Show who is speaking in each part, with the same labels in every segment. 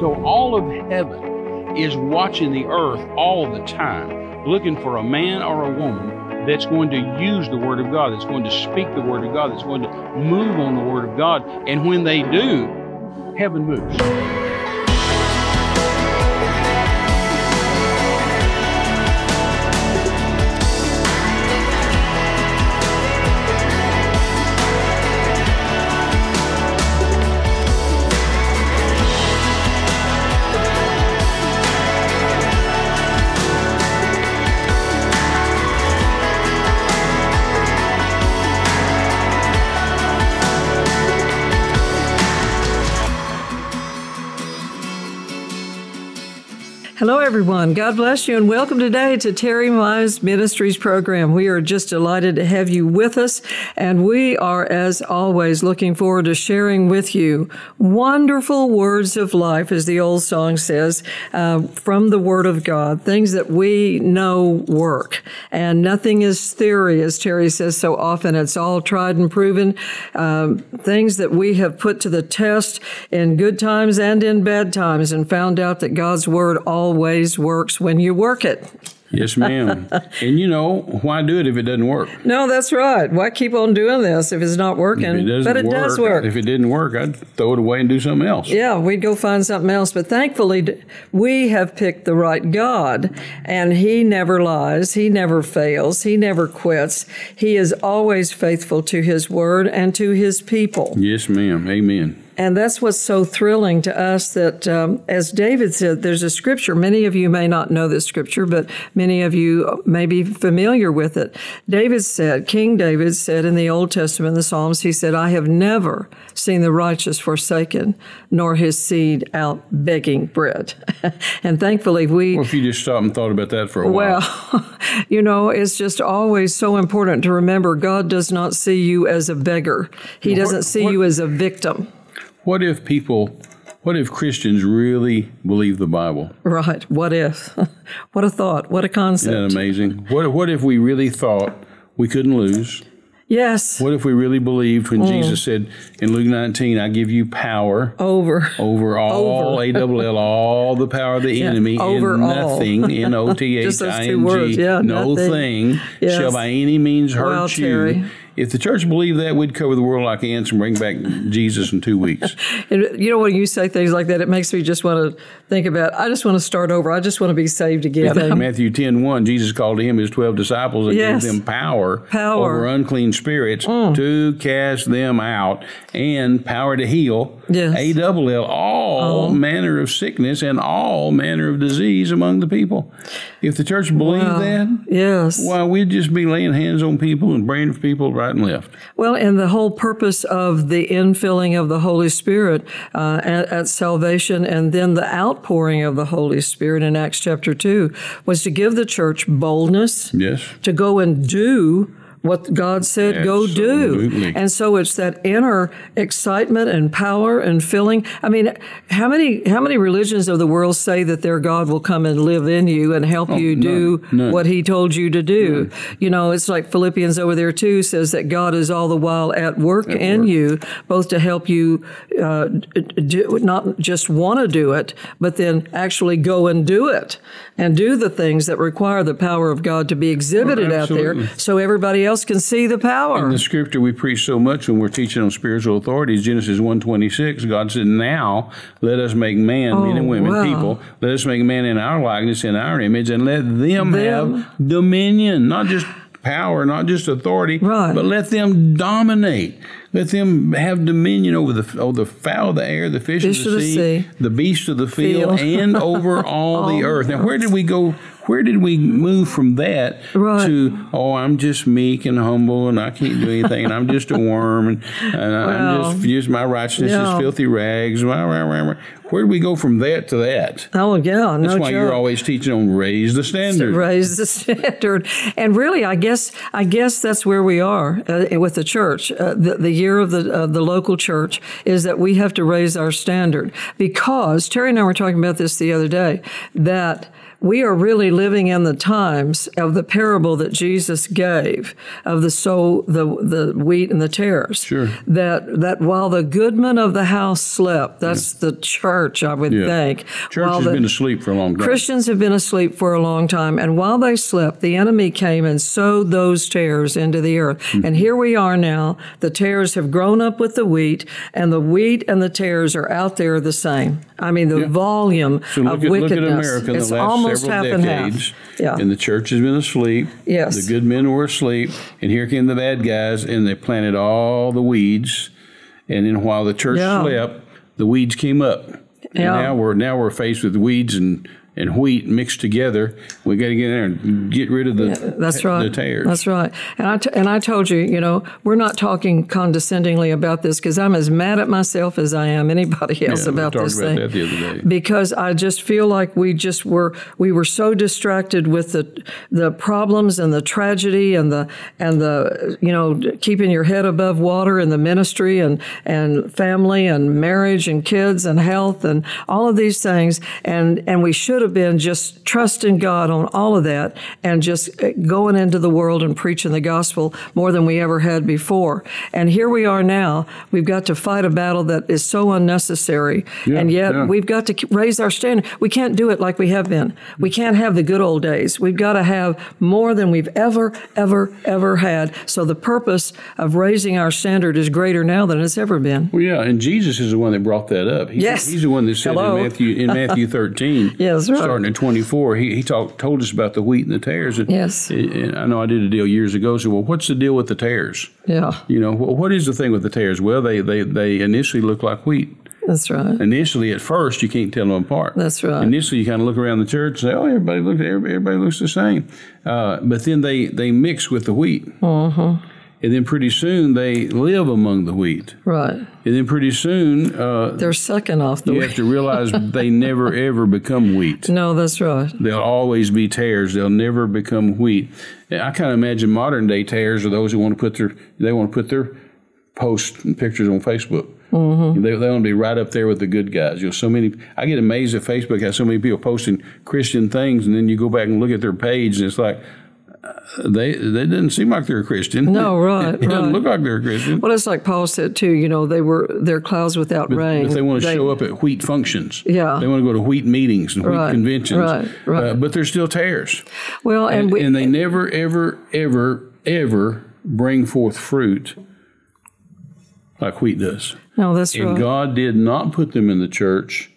Speaker 1: So all of heaven is watching the earth all the time, looking for a man or a woman that's going to use the Word of God, that's going to speak the Word of God, that's going to move on the Word of God. And when they do, heaven moves.
Speaker 2: Hello, everyone. God bless you, and welcome today to Terry Mize Ministries program. We are just delighted to have you with us, and we are, as always, looking forward to sharing with you wonderful words of life, as the old song says, uh, from the Word of God, uh, things that we know work. And nothing is theory, as Terry says so often. It's all tried and proven, um, things that we have put to the test in good times and in bad times, and found out that God's Word always always works when you work it.
Speaker 1: Yes, ma'am. and you know, why do it if it doesn't work?
Speaker 2: No, that's right. Why keep on doing this if it's not working?
Speaker 1: If it doesn't
Speaker 2: but it
Speaker 1: work,
Speaker 2: does work.
Speaker 1: If it didn't work, I'd throw it away and do something else.
Speaker 2: yeah, we'd go find something else. But thankfully, d- we have picked the right God, and He never lies. He never fails. He never quits. He is always faithful to His word and to His people.
Speaker 1: Yes, ma'am. Amen.
Speaker 2: And that's what's so thrilling to us that, um, as David said, there's a scripture. Many of you may not know this scripture, but many of you may be familiar with it. David said, King David said in the Old Testament, the Psalms, he said, I have never seen the righteous forsaken, nor his seed out begging bread. and thankfully, we.
Speaker 1: Well, if you just stopped and thought about that for a while.
Speaker 2: Well, you know, it's just always so important to remember God does not see you as a beggar. He doesn't see
Speaker 1: what-
Speaker 2: you as a victim.
Speaker 1: What if people, what if Christians really believe the Bible?
Speaker 2: Right. What if? what a thought. What a concept.
Speaker 1: Isn't that amazing? What, what if we really thought we couldn't lose?
Speaker 2: Yes.
Speaker 1: What if we really believed when
Speaker 2: Mm.
Speaker 1: Jesus said in Luke 19, I give you power
Speaker 2: Over.
Speaker 1: over all,
Speaker 2: Over.
Speaker 1: A double L, all the power of the enemy,
Speaker 2: over
Speaker 1: and
Speaker 2: all.
Speaker 1: nothing, N O T H
Speaker 2: Just
Speaker 1: I
Speaker 2: those two
Speaker 1: N
Speaker 2: words,
Speaker 1: G,
Speaker 2: yeah,
Speaker 1: no
Speaker 2: nothing.
Speaker 1: thing shall
Speaker 2: Yes.
Speaker 1: by any means hurt you.
Speaker 2: Well, Terry.
Speaker 1: If the church believed that, we'd cover the world like ants and bring back Jesus in two weeks.
Speaker 2: And you know when you say things like that, it makes me just want to think about. I just want to start over. I just want to be saved again.
Speaker 1: Matthew 10 Jesus called to him his 12 disciples and
Speaker 2: Yes.
Speaker 1: gave them power,
Speaker 2: Power. Mm.
Speaker 1: over unclean spirits to cast them out and power to heal
Speaker 2: Yes. Oh.
Speaker 1: A double L, all manner of sickness and all manner of disease among the people. If the church believed that,
Speaker 2: yes.
Speaker 1: why, we'd just be laying hands on people and praying for people right and left.
Speaker 2: Well, and the whole purpose of the infilling of the Holy Spirit uh, at, at salvation and then the outpouring of the Holy Spirit in Acts chapter 2 was to give the church boldness.
Speaker 1: Yes.
Speaker 2: to go and do what God said go
Speaker 1: Absolutely.
Speaker 2: do. And so it's that inner excitement and power and filling. I mean, how many how many religions of the world say that their God will come and live in you and help you do
Speaker 1: Oh, none, none.
Speaker 2: what he told you to do? You know, it's like Philippians over there too says that God is all the while at work in you both to help you uh, do, not just want to do it, but then actually go and do it and do the things that require the power of God to be exhibited out there
Speaker 1: Absolutely.
Speaker 2: so everybody else can see the power.
Speaker 1: the scripture we preach so much when we're teaching on spiritual authorities genesis 1.26 god said now let us make man men and women
Speaker 2: wow.
Speaker 1: people let us make man in our likeness in our image and let them,
Speaker 2: Them.
Speaker 1: have dominion not just power not just authority
Speaker 2: Right.
Speaker 1: but let them dominate let them have dominion over the over the fowl of the air the fish,
Speaker 2: Fish
Speaker 1: of, the sea, the beasts of the field,
Speaker 2: Field.
Speaker 1: and over all the earth now where did we go where did we move from that
Speaker 2: Right.
Speaker 1: to oh, I'm just meek and humble and I can't do anything and I'm just a worm and, and I'm
Speaker 2: Well,
Speaker 1: just, just my righteousness
Speaker 2: yeah.
Speaker 1: is filthy rags. Wah, wah, wah, wah. Where do we go from that to that?
Speaker 2: Oh yeah, no
Speaker 1: That's why you're
Speaker 2: joke.
Speaker 1: always teaching on raise the standard.
Speaker 2: raise the standard. And really, I guess I guess that's where we are uh, with the church. Uh, the, the year of the of the local church is that we have to raise our standard because Terry and I were talking about this the other day that. we are really living in the times of the parable that Jesus gave of the soul, the the wheat and the tares.
Speaker 1: Sure.
Speaker 2: That that while the goodman of the house slept, that's the church, I would
Speaker 1: Yeah.
Speaker 2: think.
Speaker 1: Church
Speaker 2: while
Speaker 1: has
Speaker 2: the-
Speaker 1: been asleep for a long time.
Speaker 2: Christians have been asleep for a long time, and while they slept, the enemy came and sowed those tares into the earth.
Speaker 1: Hmm.
Speaker 2: And here we are now. The tares have grown up with the wheat, and the wheat and the tares are out there the same. I mean, the volume
Speaker 1: So look,
Speaker 2: of
Speaker 1: at, look at
Speaker 2: wickedness.
Speaker 1: America in the
Speaker 2: it's
Speaker 1: last
Speaker 2: almost
Speaker 1: several
Speaker 2: half
Speaker 1: decades.
Speaker 2: and half. Yeah.
Speaker 1: And the church has been asleep.
Speaker 2: Yes.
Speaker 1: The good men were asleep. And here came the bad guys and they planted all the weeds. And then while the church
Speaker 2: Yeah.
Speaker 1: slept, the weeds came up. And
Speaker 2: Yeah.
Speaker 1: now we're now we're faced with weeds and, and wheat mixed together. We got to get in there and get rid of the
Speaker 2: That's right.
Speaker 1: the tares.
Speaker 2: That's right. And I t- and I told you, you know, we're not talking condescendingly about this because I'm as mad at myself as I am anybody else
Speaker 1: Yeah, we
Speaker 2: about
Speaker 1: talked
Speaker 2: this
Speaker 1: about
Speaker 2: thing.
Speaker 1: that the other day.
Speaker 2: Because I just feel like we just were we were so distracted with the the problems and the tragedy and the and the you know keeping your head above water in the ministry and and family and marriage and kids and health and all of these things and and we should have been just trusting God on all of that and just going into the world and preaching the gospel more than we ever had before. And here we are now. We've got to fight a battle that is so unnecessary, and yet
Speaker 1: yeah.
Speaker 2: we've got to k- raise our standard. We can't do it like we have been.
Speaker 1: Mm.
Speaker 2: We can't have the good old days. We've got to have more than we've ever, ever, ever had. So the purpose of raising our standard is greater now than it's ever been.
Speaker 1: Well, yeah, and Jesus is the one that brought that up. He's,
Speaker 2: Yes.
Speaker 1: he's the one that said
Speaker 2: Hello.
Speaker 1: in Matthew in Matthew thirteen,
Speaker 2: Yeah, that's right.
Speaker 1: starting at twenty four. He he talked told us about the wheat and the tares. And,
Speaker 2: Yes.
Speaker 1: and I know I did a deal years ago. So, well, what's the deal with the tares?
Speaker 2: Yeah,
Speaker 1: You know, wh- what is the thing with the tares? Well, they they they initially look like wheat.
Speaker 2: that's right.
Speaker 1: Initially, at first, you can't tell them apart.
Speaker 2: That's right.
Speaker 1: Initially, you kind of look around the church and say, "Oh, everybody looks everybody, everybody looks the same," uh, but then they they mix with the wheat,
Speaker 2: Uh-huh.
Speaker 1: and then pretty soon they live among the wheat,
Speaker 2: Right.
Speaker 1: and then pretty soon uh,
Speaker 2: They're sucking off the.
Speaker 1: you have to realize they never ever become wheat.
Speaker 2: No, that's right.
Speaker 1: They'll always be tares. They'll never become wheat. And I kind of imagine modern day tares are those who want to put their they want to put their posts and pictures on Facebook.
Speaker 2: Mm-hmm.
Speaker 1: They, they want to be right up there with the good guys. You know, so many. I get amazed at Facebook how so many people posting Christian things, and then you go back and look at their page, and it's like uh, they they didn't seem like they're a Christian.
Speaker 2: No, right,
Speaker 1: it doesn't
Speaker 2: right.
Speaker 1: look like they're a Christian.
Speaker 2: Well, it's like Paul said too. You know, they were they're clouds without rain.
Speaker 1: If they want to show up at wheat functions.
Speaker 2: Yeah.
Speaker 1: They want to go to wheat meetings and wheat
Speaker 2: Right,
Speaker 1: conventions.
Speaker 2: right, right.
Speaker 1: Uh, but they're still tares.
Speaker 2: Well, and,
Speaker 1: And,
Speaker 2: we,
Speaker 1: and they never, ever, ever, ever bring forth fruit like wheat does.
Speaker 2: no, that's
Speaker 1: And
Speaker 2: right.
Speaker 1: God did not put them in the church,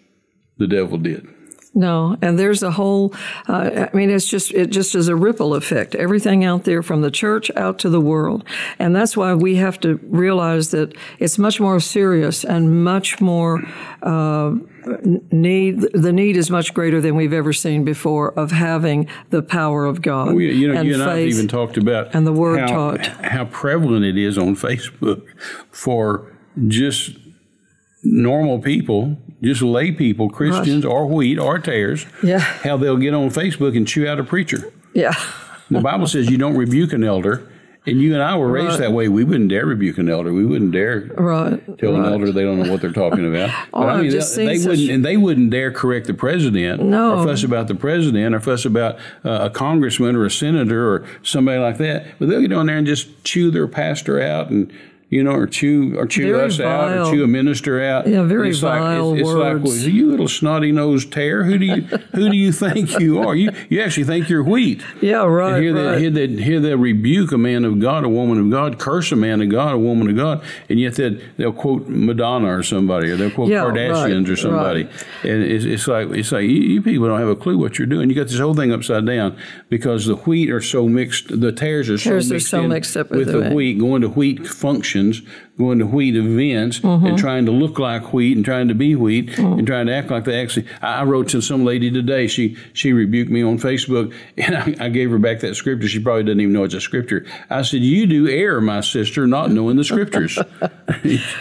Speaker 1: the devil did.
Speaker 2: No, and there's a whole. Uh, I mean, it's just it just is a ripple effect. Everything out there from the church out to the world, and that's why we have to realize that it's much more serious and much more uh, n- need. The need is much greater than we've ever seen before of having the power of God.
Speaker 1: We, you know,
Speaker 2: and
Speaker 1: you and I have
Speaker 2: faith.
Speaker 1: even talked about
Speaker 2: and the word
Speaker 1: how,
Speaker 2: taught.
Speaker 1: how prevalent it is on Facebook for just normal people, just lay people, Christians or wheat or tares.
Speaker 2: Yeah.
Speaker 1: how they'll get on Facebook and chew out a preacher.
Speaker 2: yeah,
Speaker 1: The Bible says you don't rebuke an elder, and you and I were raised
Speaker 2: Right.
Speaker 1: that way. We wouldn't dare rebuke an elder. We wouldn't dare
Speaker 2: right.
Speaker 1: tell an
Speaker 2: right.
Speaker 1: elder they don't know what they're talking about.
Speaker 2: Oh, I've
Speaker 1: they,
Speaker 2: just seen
Speaker 1: they
Speaker 2: such-
Speaker 1: wouldn't, and they wouldn't dare correct the president,
Speaker 2: No.
Speaker 1: or fuss about the president, or fuss about uh, a congressman or a senator or somebody like that. But they'll get on there and just chew their pastor out and. You know, or chew, or chew
Speaker 2: Very
Speaker 1: us out, or
Speaker 2: vile.
Speaker 1: chew a minister out.
Speaker 2: Yeah, very
Speaker 1: it's like,
Speaker 2: vile
Speaker 1: it's, it's like,
Speaker 2: words.
Speaker 1: well, you little snotty nosed tear. Who do you, who do you think you are? You, you actually think you're wheat.
Speaker 2: Yeah, right.
Speaker 1: And hear
Speaker 2: right.
Speaker 1: that, hear that, hear that rebuke a man of God, a woman of God, curse a man of God, a woman of God, and yet that they'll quote Madonna or somebody, or they'll quote
Speaker 2: Yeah,
Speaker 1: Kardashians
Speaker 2: right,
Speaker 1: or somebody, and it's, it's like it's like you, you people don't have a clue what you're doing. You got this whole thing upside down because the wheat are so mixed, the tares are
Speaker 2: Tares
Speaker 1: so
Speaker 2: are
Speaker 1: mixed,
Speaker 2: so
Speaker 1: in
Speaker 2: mixed up
Speaker 1: with
Speaker 2: with
Speaker 1: the
Speaker 2: it.
Speaker 1: wheat, going to wheat functions, going to wheat events,
Speaker 2: Mm-hmm.
Speaker 1: and trying to look like wheat and trying to be wheat
Speaker 2: Mm.
Speaker 1: and trying to act like they actually. I, I wrote to some lady today. She she rebuked me on Facebook, and I, I gave her back that scripture. She probably doesn't even know it's a scripture. I said, "You do err, my sister, not knowing the scriptures."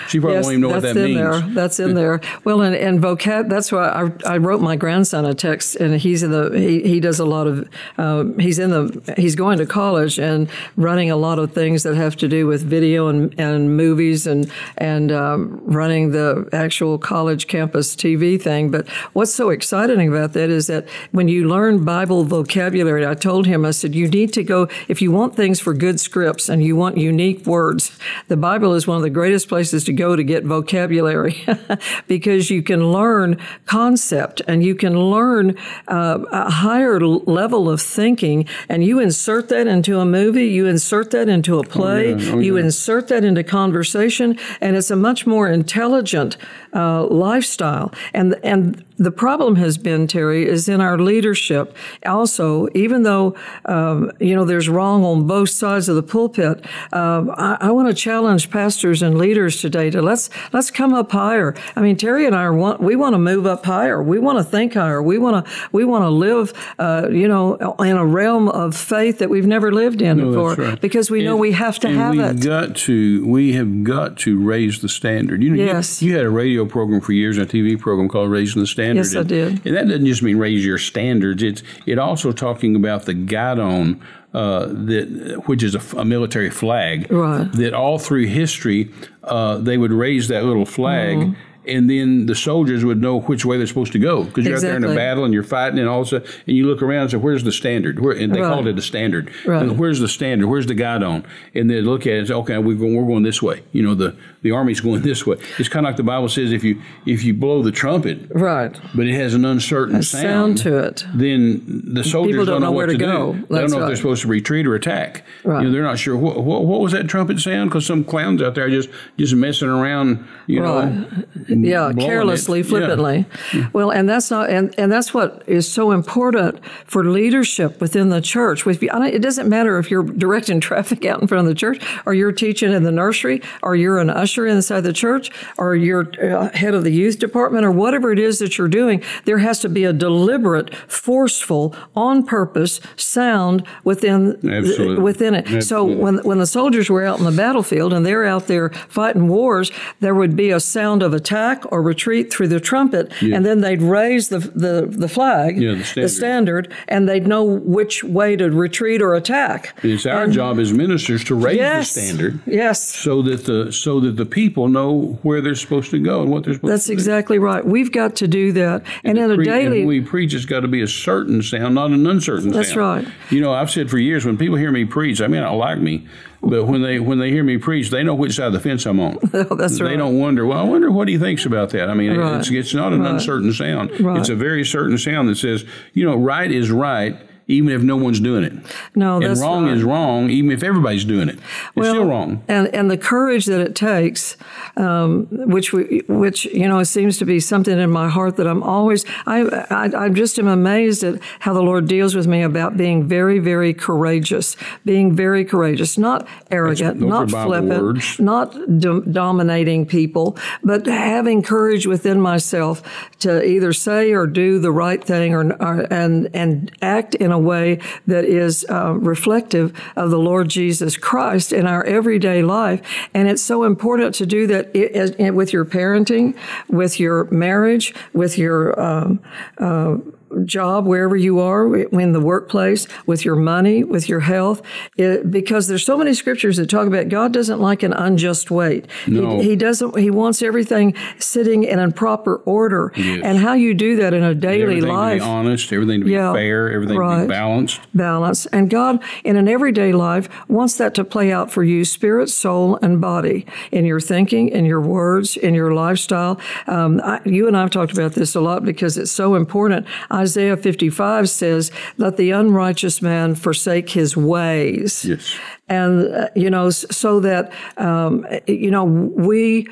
Speaker 1: she probably
Speaker 2: Yes,
Speaker 1: won't even know what
Speaker 2: that's
Speaker 1: that
Speaker 2: in
Speaker 1: means.
Speaker 2: there. That's in there. Well, and, and vocab. That's why I, I wrote my grandson a text, and he's in the he, he does a lot of um, he's in the he's going to college and running a lot of things that have to do with video and and movies and and um, running the actual college campus TV thing. But what's so exciting about that is that when you learn Bible vocabulary, I told him I said you need to go if you want things for good scripts and you want unique words. The Bible is one of the greatest places to go to get vocabulary because you can learn concept and you can learn uh, a higher level of thinking and you insert that into a movie, you insert that into a play, oh, yeah. Oh, you yeah. insert that into conversation, and it's a much more intelligent uh, lifestyle. And and the problem has been Terry is in our leadership. Also, even though um, you know there's wrong on both sides of the pulpit, uh, I, I want to challenge pastors and leaders today to let's let's come up higher. I mean, Terry and I want we want to move up higher. We want to think higher. We want to we want to live, uh, you know, in a realm of faith that we've never lived in no, before right. because we and, know we have to have
Speaker 1: we've
Speaker 2: it.
Speaker 1: We've got to. We have got to raise the standard. You know,
Speaker 2: yes.
Speaker 1: you, you had a radio program for years, and a TV program called Raising the Standard.
Speaker 2: Yes,
Speaker 1: and,
Speaker 2: I did.
Speaker 1: And that doesn't just mean raise your standards. It's it also talking about the guide on uh, that which is a, a military flag.
Speaker 2: Right.
Speaker 1: That all through history, uh, they would raise that little flag. Mm-hmm and then the soldiers would know which way they're supposed to go because you're exactly. out there in a battle and you're fighting and all of a sudden and you look around and say where's the standard Where, and they right. called it a standard
Speaker 2: right.
Speaker 1: and where's the standard where's the guide on and they look at it and say okay we're going, we're going this way you know the the army's going this way it's kind of like the bible says if you if you blow the trumpet
Speaker 2: right
Speaker 1: but it has an uncertain sound,
Speaker 2: sound, to it
Speaker 1: then the soldiers
Speaker 2: People don't,
Speaker 1: know, know
Speaker 2: where
Speaker 1: what
Speaker 2: to
Speaker 1: go
Speaker 2: do.
Speaker 1: they don't know
Speaker 2: right.
Speaker 1: if they're supposed to retreat or attack you know, they're not sure what, what, what, was that trumpet sound because some clowns out there just just messing around you know
Speaker 2: yeah carelessly
Speaker 1: Mm, it. Mm.
Speaker 2: flippantly yeah. well and that's not and, and that's what is so important for leadership within the church with it doesn't matter if you're directing traffic out in front of the church or you're teaching in the nursery or you're an usher inside the church or you're uh, head of the youth department or whatever it is that you're doing there has to be a deliberate forceful on purpose sound within
Speaker 1: Absolutely.
Speaker 2: The, within it
Speaker 1: Absolutely.
Speaker 2: so when when the soldiers were out in the battlefield and they're out there fighting wars there would be a sound of attack or retreat through the trumpet,
Speaker 1: yeah.
Speaker 2: and then they'd raise the the, the flag,
Speaker 1: yeah, the, standard.
Speaker 2: the, standard. and they'd know which way to retreat or attack.
Speaker 1: It's our
Speaker 2: And
Speaker 1: job as ministers to raise
Speaker 2: Yes.
Speaker 1: the standard,
Speaker 2: Yes.
Speaker 1: so that the so that the people know where they're supposed to go and what they're supposed
Speaker 2: That's
Speaker 1: to do.
Speaker 2: exactly right. We've got to do that. And, in
Speaker 1: to
Speaker 2: a
Speaker 1: pre-
Speaker 2: daily
Speaker 1: and we preach it's got to be a certain sound, not an uncertain
Speaker 2: That's
Speaker 1: sound.
Speaker 2: right.
Speaker 1: You know, I've said for years when people hear me preach, I mean, I like me, but when they when they hear me preach, they know which side of the fence I'm on.
Speaker 2: Oh, That's
Speaker 1: they
Speaker 2: right.
Speaker 1: don't wonder. Well, I wonder what he thinks about that. I mean,
Speaker 2: Right.
Speaker 1: it's it's not an
Speaker 2: Right.
Speaker 1: uncertain sound.
Speaker 2: Right.
Speaker 1: It's a very certain sound that says, you know, right is right. Even if no one's doing it,
Speaker 2: No,
Speaker 1: and
Speaker 2: that's
Speaker 1: wrong
Speaker 2: right.
Speaker 1: is wrong. Even if everybody's doing it, it's still wrong.
Speaker 2: And and the courage that it takes, um, which we, which you know, seems to be something in my heart that I'm always I, I I just am amazed at how the Lord deals with me about being very very courageous, being very courageous, not arrogant,
Speaker 1: those are
Speaker 2: not
Speaker 1: Bible
Speaker 2: flippant,
Speaker 1: words.
Speaker 2: not do- dominating people, but having courage within myself to either say or do the right thing or, or and and act in a way that is uh, reflective of the Lord Jesus Christ in our everyday life. And it's so important to do that i- as- and with your parenting, with your marriage, with your. Um, uh, job, wherever you are, in the workplace, with your money, with your health, it, because there's so many scriptures that talk about God doesn't like an unjust weight.
Speaker 1: No.
Speaker 2: He, he doesn't. He wants everything sitting in a proper order.
Speaker 1: Yes.
Speaker 2: And how you do that in a daily
Speaker 1: everything
Speaker 2: life
Speaker 1: to be honest, everything to be
Speaker 2: Yeah,
Speaker 1: fair, everything to
Speaker 2: right.
Speaker 1: be balanced.
Speaker 2: balance. And God, in an everyday life, wants that to play out for you spirit, soul, and body in your thinking, in your words, in your lifestyle. Um, I, you and I have talked about this a lot because it's so important. Isaiah 55 says, Let the unrighteous man forsake his ways.
Speaker 1: Yes.
Speaker 2: And, uh, you know, s- so that, um, you know, we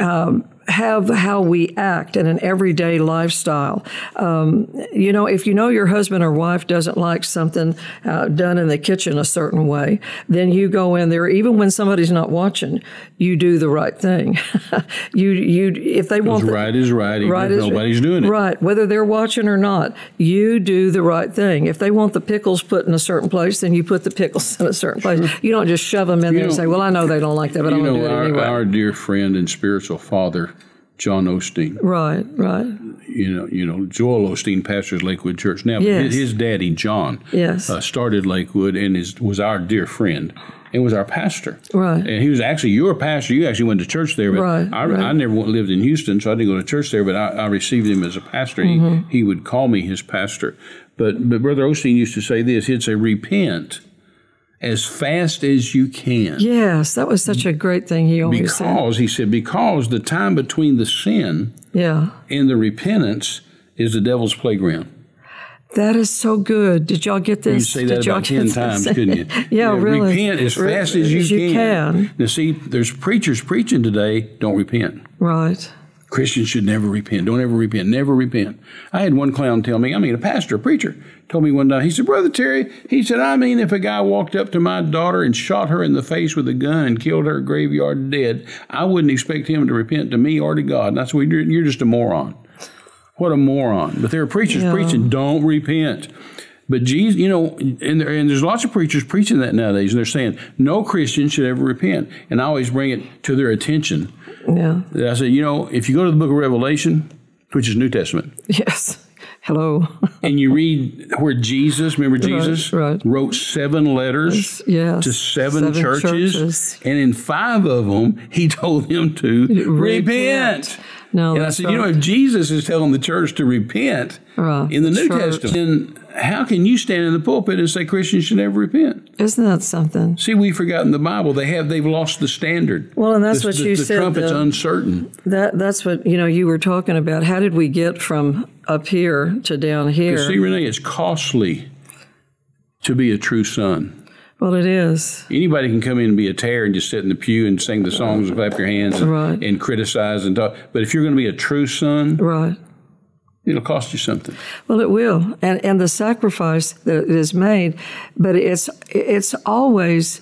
Speaker 2: um, have how we act in an everyday lifestyle. Um, you know, if you know your husband or wife doesn't like something uh, done in the kitchen a certain way, then you go in there, even when somebody's not watching, you do the right thing. you, you, if they want, the-
Speaker 1: right is right, even
Speaker 2: Right
Speaker 1: if
Speaker 2: is-
Speaker 1: nobody's doing it.
Speaker 2: Right, whether they're watching or not, you do the right thing. If they want the pickles put in a certain place, then you put the pickles in a certain place. You don't just shove them in there and
Speaker 1: know-
Speaker 2: say, "Well, I know they don't like that, but I'm
Speaker 1: you
Speaker 2: going to
Speaker 1: know,
Speaker 2: do it
Speaker 1: our,
Speaker 2: anyway."
Speaker 1: our dear friend and spiritual father, John Osteen.
Speaker 2: right, right.
Speaker 1: You know, you know, Joel Osteen pastors Lakewood Church now. but
Speaker 2: Yes.
Speaker 1: His, his daddy, John,
Speaker 2: Yes.
Speaker 1: uh, started Lakewood and is was our dear friend. and was our pastor.
Speaker 2: Right.
Speaker 1: And he was actually your pastor. You actually went to church there. But
Speaker 2: Right,
Speaker 1: I,
Speaker 2: right.
Speaker 1: I never went- lived in Houston, so I didn't go to church there. But I, I received him as a pastor.
Speaker 2: Mm-hmm.
Speaker 1: He, he would call me his pastor. But but Brother Osteen used to say this. He'd say, "Repent as fast as you can."
Speaker 2: Yes, that was such a great thing he always said.
Speaker 1: Because he said, because the time between the sin
Speaker 2: Yeah.
Speaker 1: and the repentance is the devil's playground.
Speaker 2: That is so good. Did y'all get
Speaker 1: You
Speaker 2: this?
Speaker 1: say that
Speaker 2: Did y'all
Speaker 1: about
Speaker 2: get
Speaker 1: ten
Speaker 2: this?
Speaker 1: times, couldn't you?
Speaker 2: yeah,
Speaker 1: You know,
Speaker 2: really.
Speaker 1: Repent as
Speaker 2: Re-
Speaker 1: fast as you,
Speaker 2: can.
Speaker 1: Now, see, there's preachers preaching today. Don't repent.
Speaker 2: Right.
Speaker 1: Christians should never repent. Don't ever repent. Never repent. I had one clown tell me. I mean, a pastor, a preacher, told me one time. He said, "Brother Terry," he said, "I mean, if a guy walked up to my daughter and shot her in the face with a gun and killed her graveyard dead, I wouldn't expect him to repent to me or to God." And I said, well, you're, "You're just a moron." What a moron! But there are preachers
Speaker 2: Yeah.
Speaker 1: preaching, "Don't repent." But Jesus, you know, and, there, and there's lots of preachers preaching that nowadays, and they're saying no Christian should ever repent. And I always bring it to their attention.
Speaker 2: Yeah.
Speaker 1: I said, you know, if you go to the book of Revelation, which is New Testament,
Speaker 2: Yes. Hello.
Speaker 1: and you read where Jesus, remember Jesus,
Speaker 2: right.
Speaker 1: wrote seven letters
Speaker 2: Yes.
Speaker 1: to seven,
Speaker 2: Seven
Speaker 1: churches,
Speaker 2: churches.
Speaker 1: and in five of them, he told them to repent.
Speaker 2: repent. No.
Speaker 1: And I
Speaker 2: that's
Speaker 1: said, you know,
Speaker 2: right.
Speaker 1: if Jesus is telling the church to repent
Speaker 2: Right.
Speaker 1: in the New
Speaker 2: Church.
Speaker 1: Testament, then how can you stand in the pulpit and say Christians should never repent?
Speaker 2: isn't that something?
Speaker 1: See, we've forgotten the Bible. They have. They've lost the standard.
Speaker 2: Well, and that's
Speaker 1: The-
Speaker 2: what
Speaker 1: the-
Speaker 2: you
Speaker 1: the
Speaker 2: said,
Speaker 1: trumpet's
Speaker 2: the-
Speaker 1: uncertain.
Speaker 2: That that's what you know you were talking about. How did we get from up here to down here?
Speaker 1: See, Renee, it's costly to be a true son.
Speaker 2: well, it is.
Speaker 1: Anybody can come in and be a tear and just sit in the pew and sing the songs and clap your hands and,
Speaker 2: Right.
Speaker 1: and criticize and talk. But if you're going to be a true son,
Speaker 2: Right.
Speaker 1: it'll cost you something.
Speaker 2: Well, it will, and and the sacrifice that is made, but it's it's always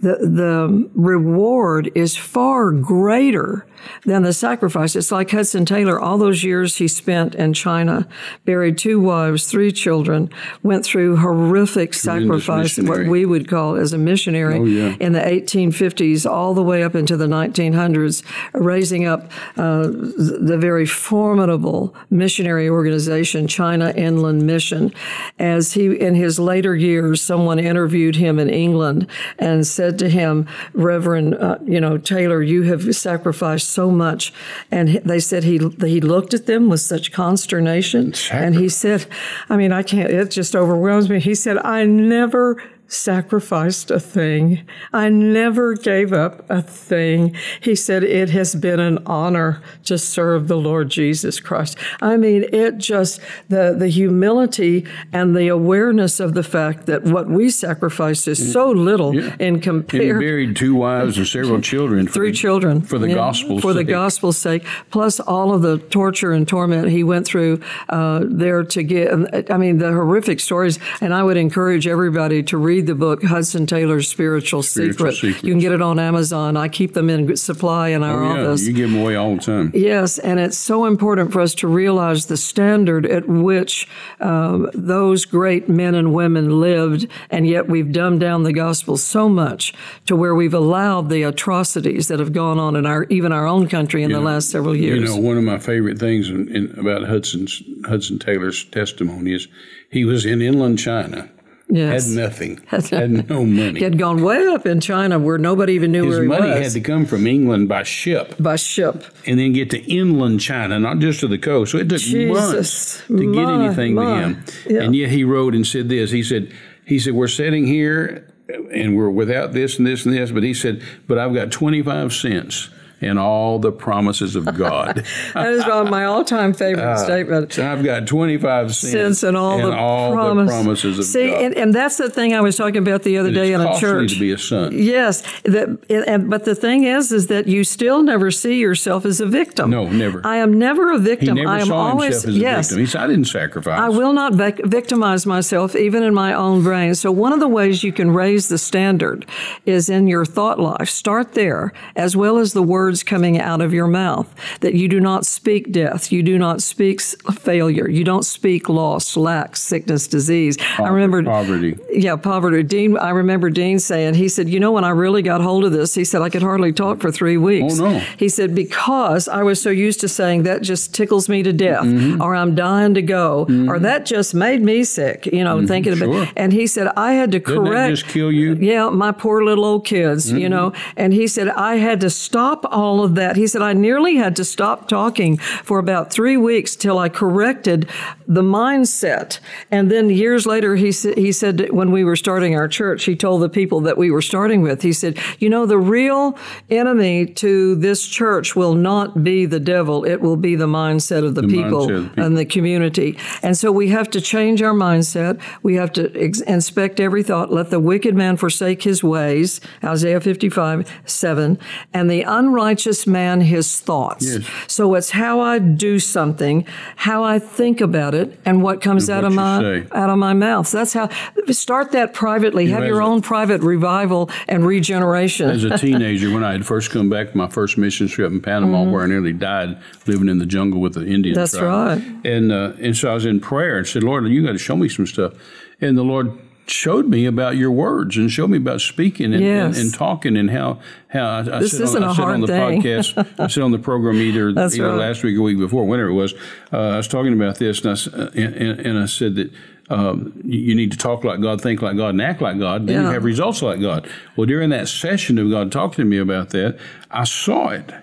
Speaker 2: the the reward is far greater than the sacrifice. It's like Hudson Taylor. All those years he spent in China, buried two wives, three children, went through horrific sacrifice, what
Speaker 1: missionary.
Speaker 2: we would call as a missionary
Speaker 1: yeah.
Speaker 2: in the 1850s, all the way up into the 1900s, raising up uh, the very formidable missionary organization, China Inland Mission. As he, in his later years, someone interviewed him in England and said to him, Reverend, uh, you know, Taylor, you have sacrificed so much. And he- they said he, he looked at them with such consternation. And he said, I mean, I can't, it just overwhelms me. He said, I never sacrificed a thing. I never gave up a thing. He said, It has been an honor to serve the Lord Jesus Christ. I mean, it just, the, the humility and the awareness of the fact that what we sacrifice is so little in
Speaker 1: And he
Speaker 2: comparison.
Speaker 1: buried two wives and several children. for
Speaker 2: Three
Speaker 1: the-
Speaker 2: children
Speaker 1: for the
Speaker 2: yeah,
Speaker 1: gospel's
Speaker 2: for the
Speaker 1: sake.
Speaker 2: gospel's sake, plus all of the torture and torment he went through uh, there to get. and, uh, I mean, the horrific stories. And I would encourage everybody to read the book Hudson Taylor's Spiritual,
Speaker 1: Spiritual
Speaker 2: Secret. You can get it on Amazon. I keep them in supply in
Speaker 1: Oh,
Speaker 2: our
Speaker 1: yeah,
Speaker 2: office.
Speaker 1: you give them away all the time.
Speaker 2: Yes, and it's so important for us to realize the standard at which um, those great men and women lived, and yet we've dumbed down the gospel so much to where we've allowed the atrocities that have gone on in our even our own country in the last several years.
Speaker 1: You know, one of my favorite things in, in, about Hudson's Hudson Taylor's testimony is he was in inland China,
Speaker 2: yes,
Speaker 1: had nothing, had no money.
Speaker 2: He had gone way up in China where nobody even knew
Speaker 1: His
Speaker 2: where he
Speaker 1: money
Speaker 2: was
Speaker 1: had to come from England by ship.
Speaker 2: by ship.
Speaker 1: and then get to inland China, not just to the coast. So it took
Speaker 2: Jesus.
Speaker 1: months to get
Speaker 2: My,
Speaker 1: anything
Speaker 2: my.
Speaker 1: to him.
Speaker 2: Yeah.
Speaker 1: And yet he wrote and said this. He said, he said, we're sitting here and we're without this and this and this. But he said, but I've got 25 cents and all the promises of God.
Speaker 2: That is one of my all-time favorite statement.
Speaker 1: Ah, so I've got 25 cents
Speaker 2: Since and all, the, promise.
Speaker 1: the promises of
Speaker 2: See,
Speaker 1: God.
Speaker 2: and, and that's the thing I was talking about the other
Speaker 1: And
Speaker 2: day
Speaker 1: it's
Speaker 2: in a
Speaker 1: costly
Speaker 2: church.
Speaker 1: to be a son.
Speaker 2: Yes, that, and, but the thing is, is that you still never see yourself as a victim.
Speaker 1: No, never.
Speaker 2: I am never a
Speaker 1: He
Speaker 2: victim.
Speaker 1: never
Speaker 2: I am
Speaker 1: saw
Speaker 2: always
Speaker 1: himself as a
Speaker 2: yes.
Speaker 1: victim. He said, I didn't sacrifice.
Speaker 2: I will not vic- victimize myself, even in my own brain. So, one of the ways you can raise the standard is in your thought life. Start there, as well as the Word words coming out of your mouth, that you do not speak death, you do not speak failure, you don't speak loss, lack, sickness, disease.
Speaker 1: Poverty,
Speaker 2: I remember
Speaker 1: poverty.
Speaker 2: Yeah, poverty. Dean, I remember Dean saying, he said, you know, when I really got hold of this, he said, I could hardly talk for three weeks.
Speaker 1: Oh, no.
Speaker 2: He said, because I was so used to saying that just tickles me to death, mm-hmm. or I'm dying to go, mm-hmm. or that just made me sick, you know, mm-hmm. thinking sure. about And he said, I had to
Speaker 1: Doesn't
Speaker 2: correct.
Speaker 1: just kill you?
Speaker 2: Yeah, my poor little old kids,
Speaker 1: Mm-hmm.
Speaker 2: you know. And he said, I had to stop all of that. He said, I nearly had to stop talking for about three weeks till I corrected the mindset. And then years later, he, sa- he said, when we were starting our church, he told the people that we were starting with, he said, You know, the real enemy to this church will not be the devil, it will be the mindset of the,
Speaker 1: The
Speaker 2: people,
Speaker 1: mindset of the people.
Speaker 2: and the community. And so we have to change our mindset. We have to ex- inspect every thought. Let the wicked man forsake his ways, Isaiah 55, 7, and the unrighteous man his thoughts.
Speaker 1: Yes.
Speaker 2: So it's how I do something, how I think about it, and what comes
Speaker 1: And
Speaker 2: out
Speaker 1: what
Speaker 2: of
Speaker 1: you
Speaker 2: my
Speaker 1: say.
Speaker 2: out of my mouth. That's how start that privately. Have your
Speaker 1: as a-
Speaker 2: own private revival and regeneration.
Speaker 1: As a teenager, when I had first come back from my first mission trip in Panama, where I nearly died living in the jungle with the Indian
Speaker 2: Mm-hmm. That's
Speaker 1: tribe.
Speaker 2: right.
Speaker 1: And uh, and so I was in prayer and said, Lord, you got to show me some stuff. And the Lord showed me about your words and showed me about speaking and,
Speaker 2: Yes.
Speaker 1: and, and talking and how how I, I
Speaker 2: This
Speaker 1: said
Speaker 2: isn't
Speaker 1: on, I
Speaker 2: a
Speaker 1: said on
Speaker 2: hard
Speaker 1: the
Speaker 2: thing.
Speaker 1: podcast, I said on the program either
Speaker 2: That's
Speaker 1: either
Speaker 2: right.
Speaker 1: last week or week before, whenever it was. Uh, I was talking about this and I s- uh, and, and, and I said that. Um, you you need to talk like God, think like God, and act like God. Then you
Speaker 2: Yeah.
Speaker 1: have results like God. Well, during that session of God talking to me about that, I saw it,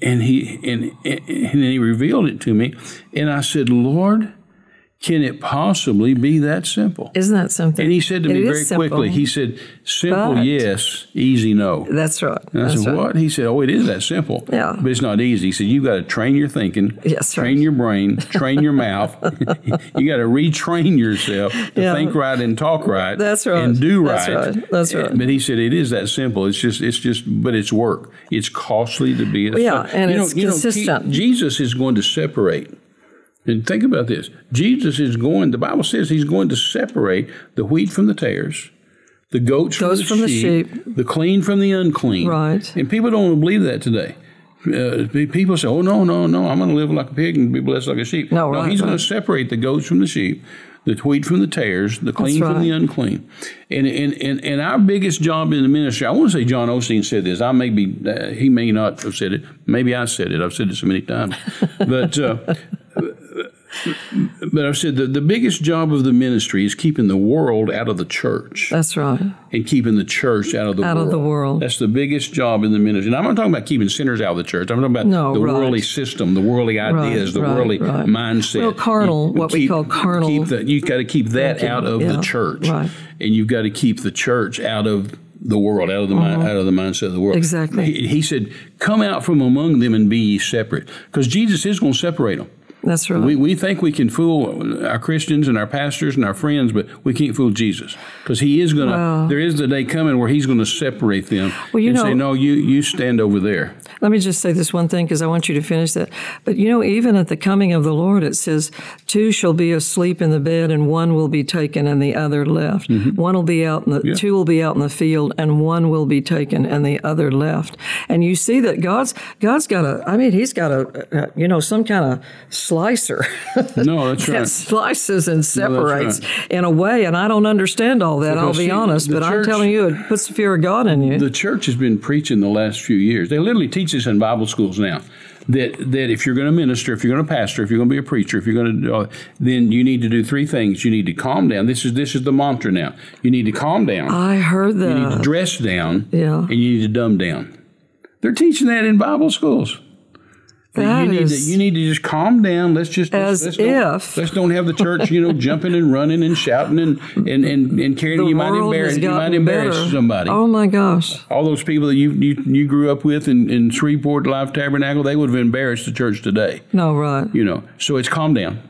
Speaker 1: and he and and, and he revealed it to me, and I said, Lord, can it possibly be that simple?
Speaker 2: Isn't that something?
Speaker 1: And he said to
Speaker 2: It
Speaker 1: me very
Speaker 2: is simple.
Speaker 1: quickly, he said, simple
Speaker 2: But-
Speaker 1: yes, easy no.
Speaker 2: That's right.
Speaker 1: And I
Speaker 2: That's
Speaker 1: said,
Speaker 2: right.
Speaker 1: "What?" He said, "Oh, it is that simple.
Speaker 2: Yeah.
Speaker 1: but it's not easy." He said, "You've got to train your thinking,
Speaker 2: Yes, sir.
Speaker 1: train your brain, train your mouth. you got to retrain yourself to
Speaker 2: Yeah.
Speaker 1: think right and talk right.
Speaker 2: That's right.
Speaker 1: and do right.
Speaker 2: That's right. That's right.
Speaker 1: But he said, "It is that simple. It's just, it's just, but it's work. It's costly to be. A
Speaker 2: Yeah, and
Speaker 1: you know,
Speaker 2: it's
Speaker 1: you know,
Speaker 2: consistent.
Speaker 1: Jesus is going to separate." And think about this. Jesus is going, the Bible says he's going to separate the wheat from the tares, the goats from,
Speaker 2: Goats
Speaker 1: the,
Speaker 2: from the
Speaker 1: sheep, the clean from the unclean.
Speaker 2: Right.
Speaker 1: And people don't believe that today. Uh, pe- people say, oh, no, no, no, I'm going to live like a pig and be blessed like a sheep.
Speaker 2: No, right,
Speaker 1: he's going
Speaker 2: right.
Speaker 1: to separate the goats from the sheep, the wheat from the tares, the clean from
Speaker 2: right.
Speaker 1: the unclean. And, and, and, and our biggest job in the ministry, I want to say John Osteen said this. I may be, uh, he may not have said it. Maybe I said it. I've said it so many times. But, uh, but I've said that the biggest job of the ministry is keeping the world out of the church
Speaker 2: That's right.
Speaker 1: and keeping the church out of the
Speaker 2: Out
Speaker 1: world.
Speaker 2: of the world.
Speaker 1: That's the biggest job in the ministry. And I'm not talking about keeping sinners out of the church. I'm talking about
Speaker 2: No,
Speaker 1: the
Speaker 2: right.
Speaker 1: worldly system, the worldly ideas, the
Speaker 2: right,
Speaker 1: worldly
Speaker 2: right.
Speaker 1: mindset.
Speaker 2: Well, carnal, what we call carnal.
Speaker 1: Keep the, you've got to keep that out of
Speaker 2: yeah,
Speaker 1: the church,
Speaker 2: right.
Speaker 1: and you've got to keep the church out of the world, out of the mind, out of the mindset of the world.
Speaker 2: Uh-huh. Exactly.
Speaker 1: He, he said, "Come out from among them and be ye separate," because Jesus is going to separate them.
Speaker 2: That's right.
Speaker 1: We, we think we can fool our Christians and our pastors and our friends, but we can't fool Jesus because He is going to. There is the day coming where He's going to separate them
Speaker 2: Well, you
Speaker 1: and
Speaker 2: know-
Speaker 1: say, "No, you you stand over there."
Speaker 2: Let me just say this one thing because I want you to finish that. But you know, even at the coming of the Lord, it says, Two shall be asleep in the bed, and one will be taken, and the other left.
Speaker 1: Mm-hmm.
Speaker 2: One will be out in the, two will be out in the field, and one will be taken, and the other left. And you see that God's, God's got a, I mean, He's got a, uh, you know, some kind of slicer
Speaker 1: No, that's
Speaker 2: that
Speaker 1: right.
Speaker 2: slices and separates
Speaker 1: right.
Speaker 2: in a way. And I don't understand all that, I'll
Speaker 1: Because,
Speaker 2: be
Speaker 1: see,
Speaker 2: honest,
Speaker 1: the
Speaker 2: but I'm
Speaker 1: church-
Speaker 2: telling you, it puts the fear of God in you.
Speaker 1: The church has been preaching the last few years. They literally teach this in Bible schools now. That, that if you're going to minister, if you're going to pastor, if you're going to be a preacher, if you're going to, uh, then you need to do three things. You need to calm down. This is this is the mantra now. You need to calm down.
Speaker 2: I heard
Speaker 1: You need to
Speaker 2: that.
Speaker 1: dress down,
Speaker 2: Uh. Yeah.
Speaker 1: and you need to dumb down. They're teaching that in Bible schools.
Speaker 2: That
Speaker 1: you need
Speaker 2: is-
Speaker 1: to, you need to just calm down. Let's just
Speaker 2: As
Speaker 1: let's, don't,
Speaker 2: if-
Speaker 1: let's don't have the church, you know, jumping and running and shouting and and and, and carrying.
Speaker 2: the
Speaker 1: You might
Speaker 2: world
Speaker 1: embarrass
Speaker 2: has
Speaker 1: you might
Speaker 2: gotten
Speaker 1: embarrass
Speaker 2: better.
Speaker 1: somebody.
Speaker 2: Oh my gosh.
Speaker 1: All those people that you you, you grew up with in, in Shreveport Life Tabernacle, they would have embarrassed the church today.
Speaker 2: No, right.
Speaker 1: You know, so it's calm down.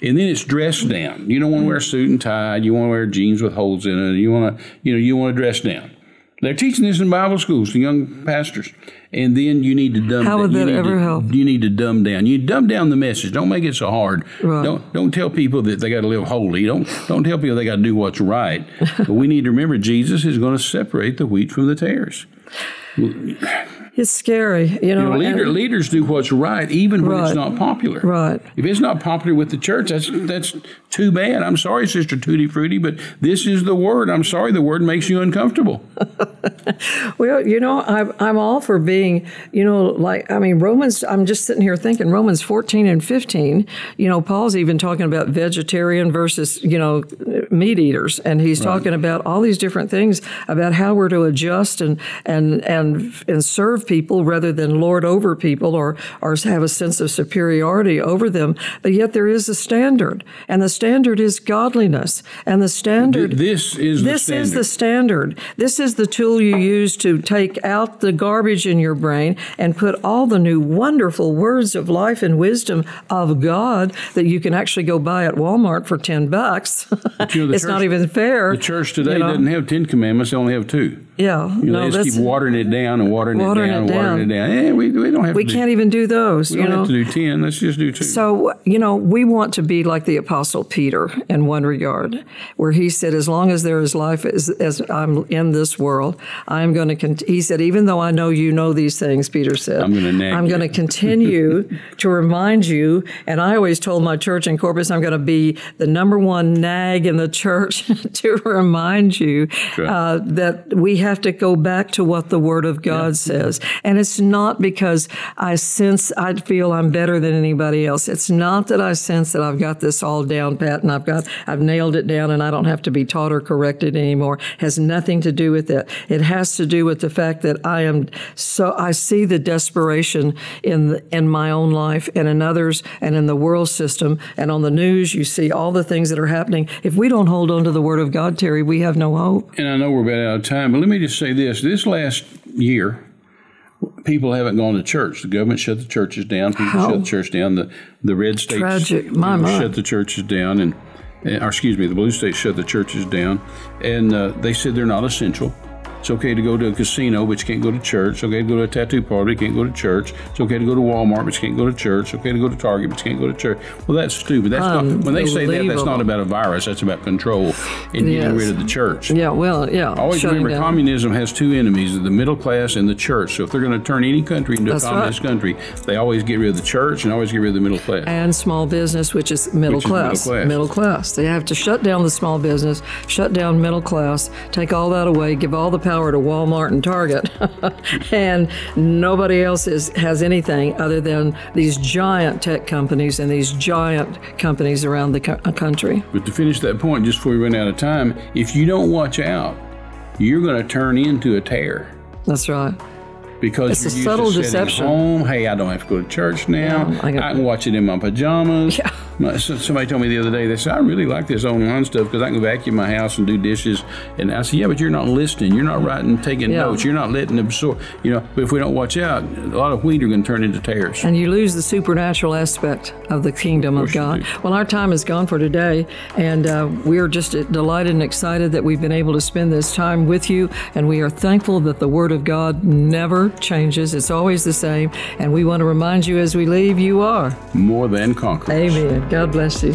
Speaker 1: And then it's dress down. You don't want to wear a suit and tie. You want to wear jeans with holes in it. You want to, you know, you want to dress down. They're teaching this in Bible schools to young pastors. And then you need to dumb.
Speaker 2: How would
Speaker 1: down. you
Speaker 2: that
Speaker 1: need
Speaker 2: ever
Speaker 1: to,
Speaker 2: help?
Speaker 1: You need to dumb down. You dumb down the message. Don't make it so hard.
Speaker 2: Right.
Speaker 1: Don't don't tell people that they got to live holy. Don't don't tell people they got to do what's right. but we need to remember Jesus is going to separate the wheat from the tares.
Speaker 2: It's scary, you know.
Speaker 1: You know, leader,
Speaker 2: and-
Speaker 1: leaders do what's right, even when
Speaker 2: Right.
Speaker 1: it's not popular.
Speaker 2: Right.
Speaker 1: If it's not popular with the church, that's that's too bad. I'm sorry, Sister Tutti Frutti, but this is the word. I'm sorry, the word makes you uncomfortable.
Speaker 2: Uh, Well, you know, I'm, I'm all for being, you know, like, I mean, Romans, I'm just sitting here thinking Romans 14 and 15, you know, Paul's even talking about vegetarian versus, you know, meat eaters. And he's talking about all these different things about how we're to adjust and, and, and, and serve people rather than lord over people or, or have a sense of superiority over them. But yet there is a standard, and the standard is godliness. And the standard
Speaker 1: This is the
Speaker 2: this
Speaker 1: standard.
Speaker 2: is the standard. This is the tool you use to take out the garbage in your brain and put all the new wonderful words of life and wisdom of God that you can actually go buy at Walmart for 10 bucks.
Speaker 1: you know, the
Speaker 2: it's
Speaker 1: church-
Speaker 2: not even fair.
Speaker 1: the church today
Speaker 2: you know.
Speaker 1: doesn't have ten commandments; they only have two.
Speaker 2: Yeah.
Speaker 1: You know,
Speaker 2: no,
Speaker 1: they just
Speaker 2: that's,
Speaker 1: keep watering it down and watering,
Speaker 2: Watering
Speaker 1: it down
Speaker 2: it
Speaker 1: and watering it
Speaker 2: down.
Speaker 1: down. Eh, we, we don't have
Speaker 2: we
Speaker 1: to
Speaker 2: can't
Speaker 1: do,
Speaker 2: even do those,
Speaker 1: we
Speaker 2: you
Speaker 1: don't
Speaker 2: know.
Speaker 1: have to do ten. Let's just do two.
Speaker 2: So, you know, we want to be like the Apostle Peter in one regard, where he said, As long as there is life, as, as I'm in this world, I'm going to, con-, he said, even though I know you know these things, Peter said,
Speaker 1: I'm gonna nag
Speaker 2: I'm
Speaker 1: you."
Speaker 2: going to continue to remind you. And I always told my church in Corpus, I'm going to be the number one nag in the church to remind you
Speaker 1: Sure.
Speaker 2: uh, that we have to go back to what the Word of God says. And it's not because I sense I feel I'm better than anybody else. It's not that I sense that I've got this all down pat and I've got I've nailed it down and I don't have to be taught or corrected anymore. Has nothing to do with that. It has to do with the fact that I am so I see the desperation in the, in my own life and in others and in the world system and on the news you see all the things that are happening. If we don't hold on to the word of God, Terry, we have no hope.
Speaker 1: and I know we're about out of time, but let me just say this: this last year, people haven't gone to church. The government shut the churches down. People
Speaker 2: How?
Speaker 1: shut the church down. The the red states
Speaker 2: Tragic. My,
Speaker 1: you know,
Speaker 2: my.
Speaker 1: shut the churches down, and, and- or excuse me, the blue states shut the churches down, and uh, they said they're not essential. It's okay to go to a casino, but you can't go to church. It's okay to go to a tattoo parlor, you can't go to church. It's okay to go to Walmart, but you can't go to church. It's okay to go to Target, but you can't go to church. Well, that's stupid. That's not when they say that. That's not
Speaker 2: Unbelievable.
Speaker 1: about a virus. That's about control and getting
Speaker 2: Yes.
Speaker 1: rid of the church.
Speaker 2: Yeah, well, yeah.
Speaker 1: Always
Speaker 2: shutting
Speaker 1: remember,
Speaker 2: down.
Speaker 1: communism has two enemies: the middle class and the church. So if they're going to turn any country into
Speaker 2: That's
Speaker 1: a communist country, they always get rid of the church and always get rid of the middle class.
Speaker 2: and small business, which is middle
Speaker 1: Which is middle
Speaker 2: class.
Speaker 1: class.
Speaker 2: class. They have to shut down the small business, shut down middle class, take all that away, give all the power to Walmart and Target, and nobody else is, has anything other than these giant tech companies and these giant companies around the co- country.
Speaker 1: But to finish that point, just before we run out of time, if you don't watch out, you're going to turn into a tear
Speaker 2: That's right.
Speaker 1: because
Speaker 2: It's a
Speaker 1: you're
Speaker 2: subtle
Speaker 1: used to sitting
Speaker 2: deception.
Speaker 1: home. Hey, I don't have to go to church now.
Speaker 2: Yeah, I
Speaker 1: I,
Speaker 2: got-
Speaker 1: can, watch it in my pajamas.
Speaker 2: Yeah.
Speaker 1: My- so- somebody told me the other day, they said, I really like this online stuff because I can vacuum my house and do dishes. And I said, Yeah, but you're not listening. You're not writing, taking
Speaker 2: Yeah.
Speaker 1: notes. You're not letting absorb. You know, but if we don't watch out, a lot of wheat are going to turn into tears.
Speaker 2: And you lose the supernatural aspect of the kingdom of,
Speaker 1: course you
Speaker 2: God.
Speaker 1: do.
Speaker 2: Well, our time is gone for today, and uh, we are just delighted and excited that we've been able to spend this time with you. And we are thankful that the Word of God never changes, it's always the same. And we want to remind you as we leave, you are.
Speaker 1: More than conquerors.
Speaker 2: Amen. God bless you.